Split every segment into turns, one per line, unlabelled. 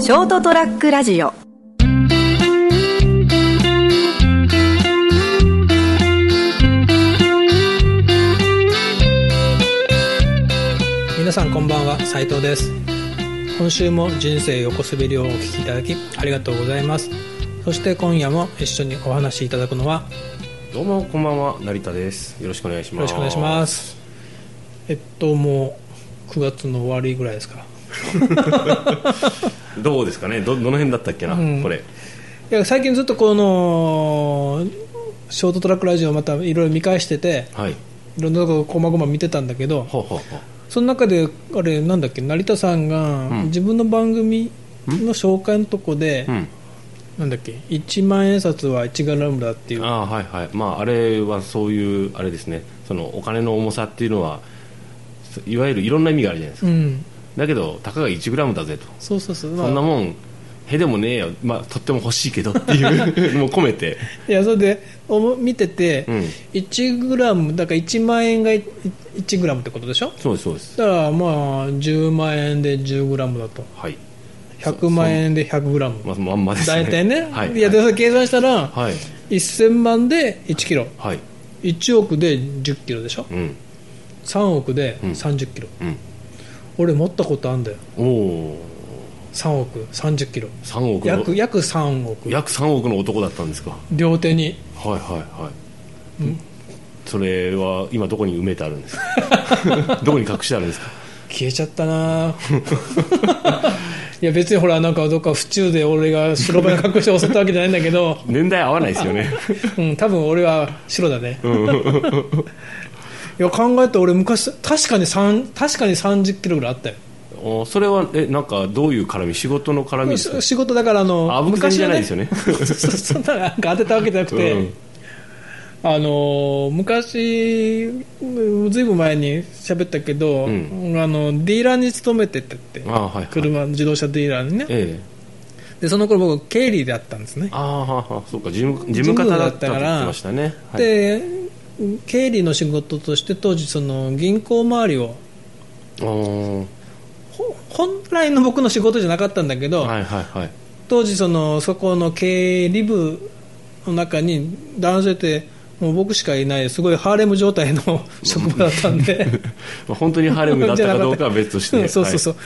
ショートトラックラジオ
皆さんこんばんは斉藤です今週も人生横滑りをお聞きいただきありがとうございますそして今夜も一緒にお話しいただくのは
どうもこんばんは成田ですよろしくお願いし
よろ
ます
しくお願いしますえっともう9月の終わりぐらいですか
すどうですかねどどの辺だったっけな、
うん
これ
いや最近ずっとこのショートトラックラジオまたいろいろ見返してて
はい
いろんなとここまごま見てたんだけど
ほうほうほう
その中であれなんだっけ成田さんが
ん
自分の番組の紹介のとこで、
うん
なんだっけ1万円札は1グラムだっていう
ああはいはいまああれはそういうあれですねそのお金の重さっていうのはそいわゆるいろんな意味があるじゃないです
う
か、
ん
だけどたかが 1g だぜと
そうそうそう、まあ
そんなもんへでもねえよ、まあ、とっても欲しいけどっていう もう込めて
いやそれでおも見てて、
うん
1グラムだから1万円が1グラムってことでしょ
そうですそうです
だからまあ10万円で10グラムだと
はい、
100万円で100グラム
まあ、まんまですね
大体ね、
はい
いやでそれ計算したら、
はい
1000万で1キロ
はい
1億で1 0キロでしょ
うん
3億で3 0キロ、
うん
俺持ったことあんだよ
おお
3億3 0キロ
3億の
約約3億
約3億の男だったんですか
両手に
はいはいはい、それは今どこに埋めてあるんで すかどこに隠してあるんですか
消えちゃったな いや別にほらなんかどっか府中で俺が白バイの格好して襲ったわけじゃないんだけど、
年代合わないです よね
うん、多分俺は白だね いや考えて俺昔確かに3確かに3 0キロぐらいあったよ
おそれはえなんかどういう絡み仕事の絡みですか
仕事だからあの
あ僕全然じゃないですよね
そそんななんか当てたわけじゃなくて、
うん
あのー昔うんずいぶん前に喋ったけど、
うん
あのディーラーに勤めててって
あはい、はい、
車自動車ディーラーにね
ええ
でその頃僕経理だったんですね
ああははそうか事務事務方だったと言ってましたねはい
で経理の仕事として当時その銀行周りを
おー
ほ本来の僕の仕事じゃなかったんだけど、
はいはいはい
当時そのそこの経理部の中に男性ってもう僕しかいないすごいハーレム状態 の職場だったんで
まあ本当にハーレムだったかど うかは別として、
うんそうそうそう、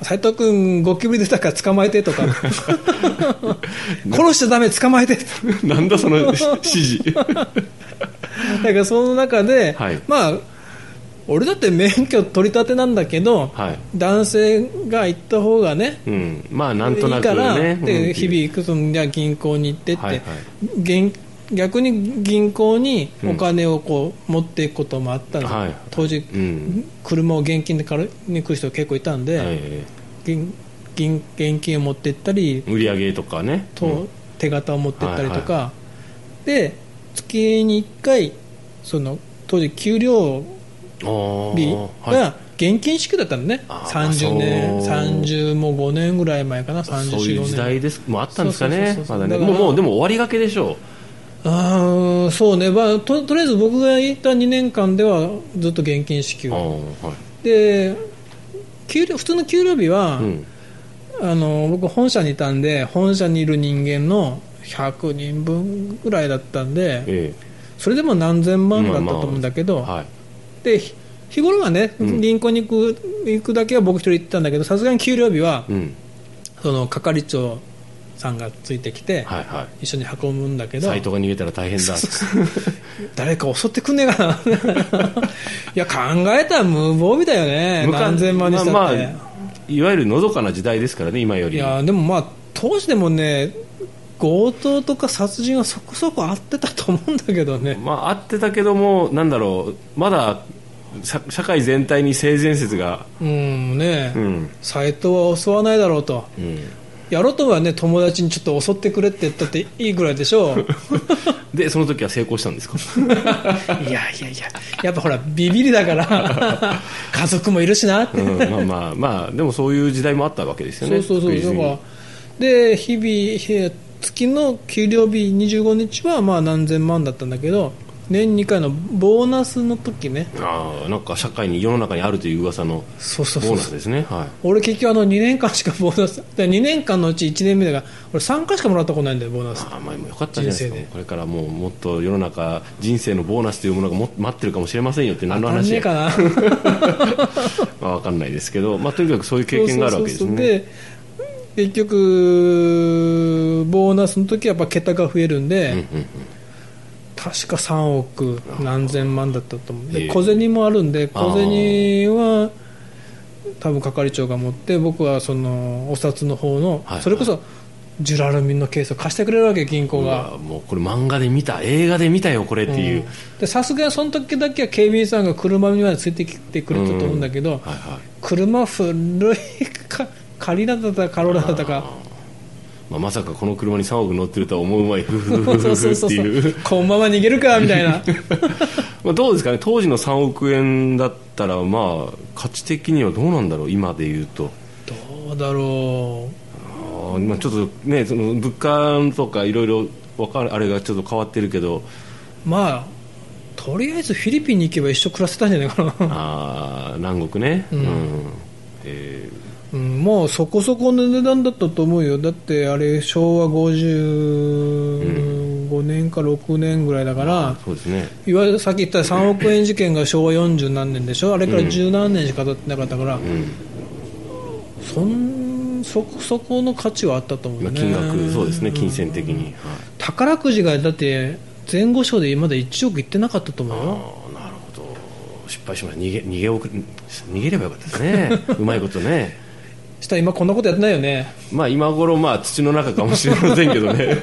斉藤君ゴキブリ出たから捕まえて とか殺しちゃダメ捕まえてとか
はい なんだそのし指 示
だからその中で、
はい
まあ俺だって免許取り立てなんだけど、
はい
男性が行った方がね
うんまあなんとない
い
く
から、
ね
で
うん
日々行くそのじゃあ銀行に行ってって、
はいはい
現逆に銀行にお金をこう持っていくこともあったの、
はい
当時、
うん
車を現金で借りに来る人結構いたんで、
え
銀銀現金を持って行ったり
え売り上げとかね
と、手形を持って行ったりとか、
はい
で月に1回その当時給料日
うんあーはい
が現金支給だったのね、
あー
30年
そう
30も5年ぐらい前かな34
そういう
年
時代ですもうあったんですかね
そうそ
ま
うそうそう
だね
だか
も
ら
うもうでも終わりがけでしょ
あーそうね、まあ、ととりあえず僕がいた2年間ではずっと現金支
う
給
あーはい
で給料普通の給料日は、
うん
あの僕本社にいたんで本社にいる人間の100人分ぐらいだったんで
え
それでも何千万だったと思うんだけど、
えはい
でひ日頃はね
うん
銀行に行く,、行くだけは僕一人行ってたんだけどさすがに給料日は、
うん
その係長さんがついてきて、
はいは
一緒に運ぶんだけ
い
ど
サイトが逃げたら大変だ
誰か襲ってくんねえかな いや考えたら無防備だよね
無関
何千万にしたって、
まあまあいわゆるのどかな時代ですからね今よ
い
り
やでもまあ当時でもね強盗とか殺人はそこそこあってたと思うんだけどね
まああってたけどもなんだろうまだ社社会全体に性善説が
うんね、
うん
斎藤は襲わないだろうと
うん
やろうと思えばね友達にちょっと襲ってくれって言ったっていいぐらいでしょ う
でその時は成功したん ですか
いやいやいややっぱほらビビりだから 家族もいるしなって、
うんまあまあまあでもそういう時代もあったわけですよね
そうそう
確
そう
実に
だからで日々へ月の給料日25日はまあ何千万だったんだけど年2回のボーナスの時ね
ああなんか社会に世の中にあるという噂の
そう
ボ
そうそ
ー
う
ナスですねはい
俺結局あの2年間しかボーナス2年間のうち1年目だから俺3回しかもらったことないんだよボーナス
ああまあよかったじゃないです
人
か
生で
これからもうもっと世の中人生のボーナスというものがも待ってるかもしれませんよって何の
足ん
話
ねえ
や
かな
まあ、 わかんないですけど、まあ、とにかくそういう経験があるわけです
そうそうそうそう
ね。
で結局ボーナスの時はやっぱ桁が増えるんで、
うんうん
確か3億何千万だったと思う
ええ
で小銭もあるんで
あー
小銭は多分係長が持って僕はそのお札の方の、
はいはい
それこそジュラルミンのケースを貸してくれるわけ銀
う
行
んう
が
わもうこれ漫画で見た映画で見たよこれっていう、
うんでさすがにその時だけは警備員さんが車にまでついてきてくれたと思うんだけど、
はいはい
車古いかカリラだったかカローラだったか
まあ、まさかこの車に3億乗ってるとは思うまいふふ ふ
そう
ふ
そう
ふ
そう
って
そ
いうう
このまま逃げるかみたい な
まあどうですかね当時の3億円だったらまあ価値的にはどうなんだろう今で言うと
どうだろう
あーまあちょっとねその物価とかいろいろわかるあれがちょっと変わってるけど
まあとりあえずフィリピンに行けば一生暮らせたんじゃないか な、
あー南国ねうん、
ん
えー
うん、もうそこそこの値段だったと思うよだってあれ昭和55年か6年ぐらいだから、
そうですね
いわゆるさっき言った3億円事件が昭和40何年でしょあれから十何年しか経ってなかったから、
うん
そんそこそこの価値はあったと思う
ま
ね
あ、金額そうですね金銭的に、はい
宝くじがだって前後賞でまだ1億いってなかったと思う
あ
よ
ーなるほど失敗しました逃げ逃げ遅れ逃げればよかったで すねうまいことね
したら今こんなことやってないよね
まあ今頃まあ土の中かもしれませんけ どね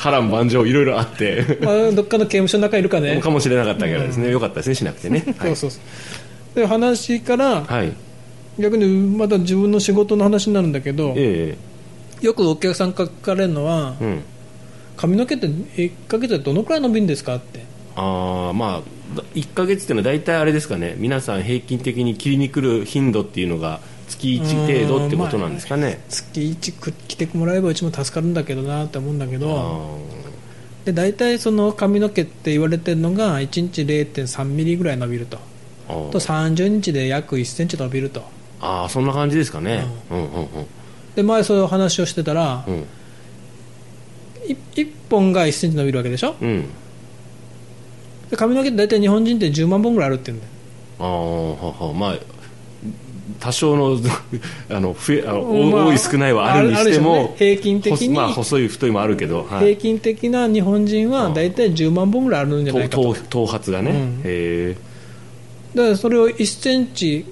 波乱万丈いろいろあって
まあどっかの刑務所の中いるかね
かもしれなかったけどですね、よかったですねしなくてねは
そ、
いう
そうそうで話から
はい、
逆にまた自分の仕事の話になるんだけど
え
よくお客さんから聞かれるのは
えうん
髪の毛って1ヶ月でどのくらい伸びるんですかって
ああまあ1か月っていうのは大体あれですかね皆さん平均的に切りに来る頻度っていうのが月1程度ってことなんですかね
月1く来てもらえばうちも助かるんだけどなって思うんだけ
あ
ど
ー
で大体その髪の毛って言われてるのが1日0.3ミリぐらい伸びると
あー
と30日で約1センチ伸びると
ああそんな感じですかね、うん、うんうん
で前そういう話をしてたら
うん
1本が1センチ伸びるわけでしょ
うん
で髪の毛って大体日本人って10万本ぐらいあるって言うんだよ
ああははまあ多少の あの増えあの、
まあ
多い少ないはあるにして
ある
も
でしょうね平均的に
細まあ、細い太いもあるけど、はい
平均的な日本人は大体10万本ぐらいあるんじゃないかと
頭頭頭髪がね、
うん
へ
だからそれを1センチ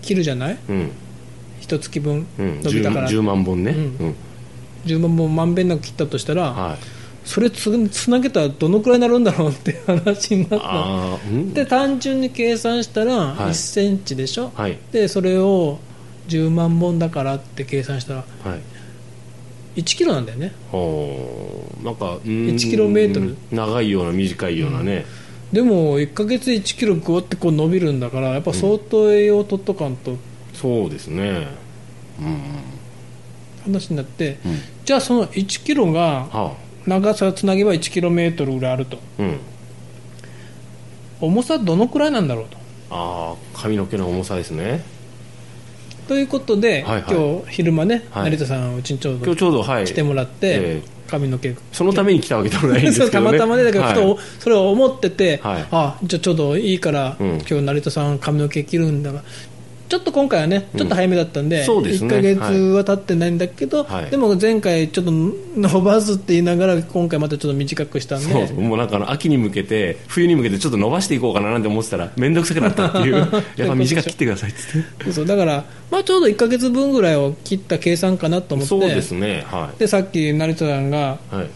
切るじゃない
えうん
一月分
うん
伸びたから
10 10万本ね、う
うんん10万本まんべんなく切ったとしたら
はい、
それつつなげたらどのくらいになるんだろうっていう話になった
ああうん
で単純に計算したら
はい
1センチでしょ、
はい
でそれを10万本だからって計算したら
はい
1キロなんだよね
おーなんか1
1km
長いような短いようなね、
でも1ヶ月1キログワってこう伸びるんだからやっぱ相当栄養を取っとかんと
そうですねうん
話になって、
うん
じゃあその1キロが
はあ
長さをつなげば1キロメートルぐらいあると
うん
重さどのくらいなんだろうと
ああ髪の毛の重さですね
ということで、
はいはい
今日昼間ね、
はい
成田さんうちにちょう
今
ど
日ちょうどはい
来てもらって、
ええ
髪の毛
そのために来たわけでもないんですけ
そ
ど、
う
ね、
たまたまでだけど、
はい
ふとそれを思ってて、
はい
あじゃあちょうどいいから、
うん
今日成田さん髪の毛切るんだがちょっと今回はねちょっと早めだったんで,、
うんそうですね
1ヶ月は経ってないんだけど、
はい
でも前回ちょっと伸ばすって言いながら今回またちょっと短くしたん
そうそう
で。
もうなんかあの秋に向けて冬に向けてちょっと伸ばしていこうかななんて思ってたら面倒くさくなったって いうやっぱ短く切ってくださいっつっ
そうだから、まあ、ちょうど1ヶ月分ぐらいを切った計算かなと
て
思って
そうですねは
でさっき成田さんが
い、はい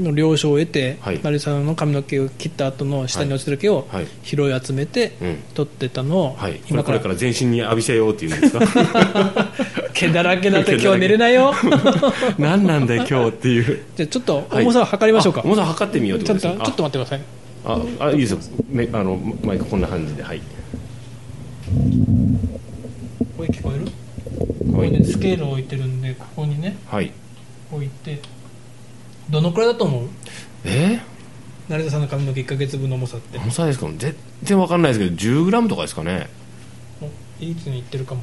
の了承を得て、
はい
成田さんの髪の毛を切った後の下に落ちてる毛を
はいはい
拾い集めて
うん
取ってたのを、
はい、これ
今
こ
から
れから全身に浴びせようっていうんですか
毛だらけだって
毛だらけ
今日寝れない よ
何なんだよ今日っていう
じゃあちょっと重さを測りましょうか、
あ重さ測ってみようって
ち
こ
ょ
と
っと
です
ちょっ
ね
と待ってください
ああいいですよめあのマイクこんな感じではい
声聞こえるこ
は
れねス
い、
ケールを置いてるんでここにね
はい、
置いてどのくらいだと思う
え
成田さんの髪の毛1ヶ月分の重さって
重さですか全然わかんないですけど1 0ムとかですかね
おいつにいってるかも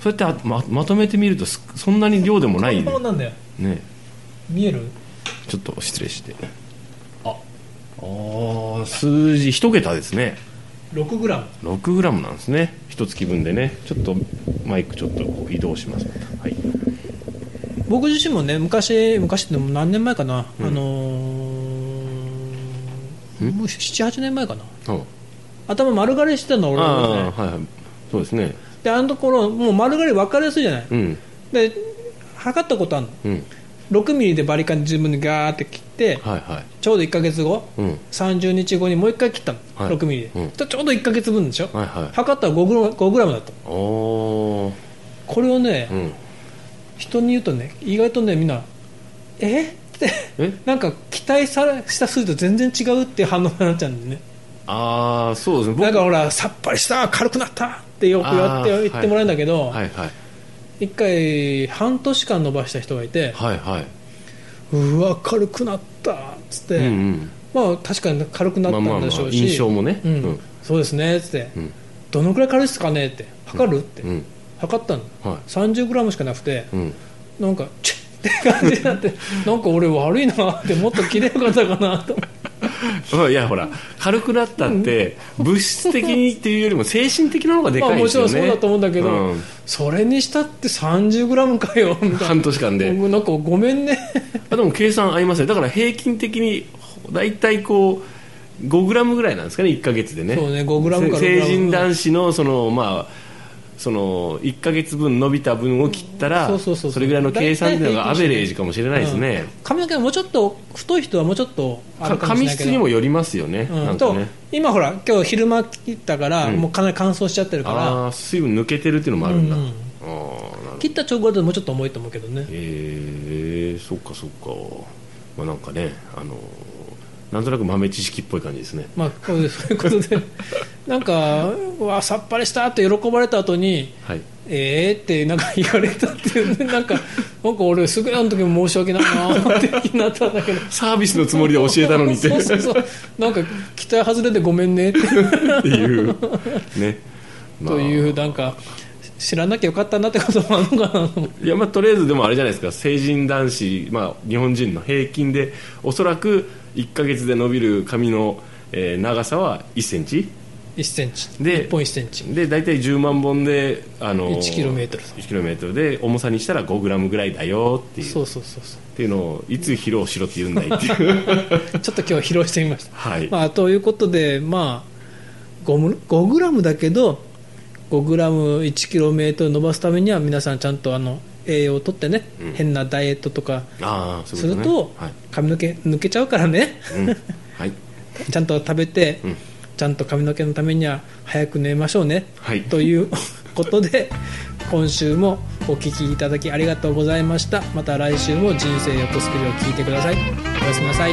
そうやってあままとめてみるとすそんなに量でもない
こんなもんなんだよ
ね
見える
ちょっと失礼してあああ数字1桁ですね
6g
6グラムなんですね一月分でねちょっとマイクちょっと移動しますはい
僕自身もね昔昔ってでも何年前かな、
うん
あのー
ん
もう78年前かな
あ
頭丸刈りしてたの
あ
俺は、
ー
ね、
はいはいそうですね
であのところもう丸刈り分かりやすいじゃない、
うん
で測ったことある
うん
の6ミリでバリカン自分でガーって切って、
はいはい
ちょうど1か月後
うん
30日後にもう1回切ったの、
はい
6ミリで、
うん
ちょちょうど1か月分でしょ、
はいはい
測ったら5グラム5グラムだった
おお
これをね、
うん
人に言うとね意外とねみんなえって
え
なんか期待されした数字と全然違うっていう反応になっちゃうんでね
ああそうですね
だから
は
ほらさっぱりした軽くなったってよくやって
あー
言ってもらうんだけど、
いはい
一回半年間伸ばした人がいて、
はいはいう
わ軽くなったっつって、
うんうん
まあ確かに軽くなったんでしょうし、
まあまあまあ印象もね
うん
うん
そうですねっつって、
うん
どのくらい軽いですかねって測るって、
うん
測ったの
は
3 0ムしかなくて、
いうん
なんかチュッって感じになってなんか俺悪いなってもっと切れよかったかなと
うんいやほら軽くなったって物質的にっていうよりも精神的なのが で
まあ
かい
も
で
ち
す
ろ
よ
ん
ね
そうだと思うんだけど、
うん
それにしたって3 0ムかよみたい
半年間
な
で
もうなんかごめんね
あでも計算合いますねだから平均的に大体こう5グラムぐらいなんですかね1か月でね
そうね5グラムから
せ
6グラム
成人男子のそのまあその1か月分伸びた分を切ったら
そうそうそうそう
それぐらいの計算っていうのがア
大体平均してね
ベレージかもしれないですね、
髪の毛がもうちょっと太い人はもうちょっとあ
か
るかもし
髪
れない
質
けど
にもよりますよね、
うん
なんか
と
ね
今ほら今日昼間切ったから、
うん
もうかなり乾燥しちゃってるか
ああ水分抜けてるっていうのもあるんだ、
う
あ
んう
あ
ん
ーなるほ
ら
ど
切った直後だともうちょっと重いと思うけどね
えー、そっかそっかまあなんかねあのなんとなく豆知識っぽい感じですね
まあこういう そういうことでなんかうわさっぱりしたって喜ばれた後に
はい
えーってなんか言われたっていうねなんかなんか俺すぐあの時も申し訳ないなーって気になったんだけど
サービスのつもりで教えたのにって
そうそうそうなんか期待外れてごめんねっていう
っていう ね、まあ
というなんか知らなきゃよかったなってこともあるのかなと思って
いやまあとりあえずでもあれじゃないですか成人男子、まあ、日本人の平均でおそらく1か月で伸びる髪の、えー長さは1センチ
1センチ
で
1本1センチ
で大体10万本で、あのー、
1キロメートル
1キロメートルで重さにしたら5グラムぐらいだよっていう
そうそうそうそう
っていうのをいつ披露しろって言うんだいって いう
ちょっと今日披露してみました。
はい、
まあ、ということで、まあ、5, 5グラムだけど5グラム1キロメートル伸ばすためには皆さんちゃんとあの栄養をとってね、
うん
変なダイエットとか
ああ
す
そういう
ると
ことね
髪の毛抜けちゃうからね
はい、うんはい
ちゃんと食べて、
うん
ちゃんと髪の毛のためには早く寝ましょうね、
はい
という ことで今週もお聞きいただきありがとうございましたまた来週も「人生横スクリを聞いてくださいおやすみなさい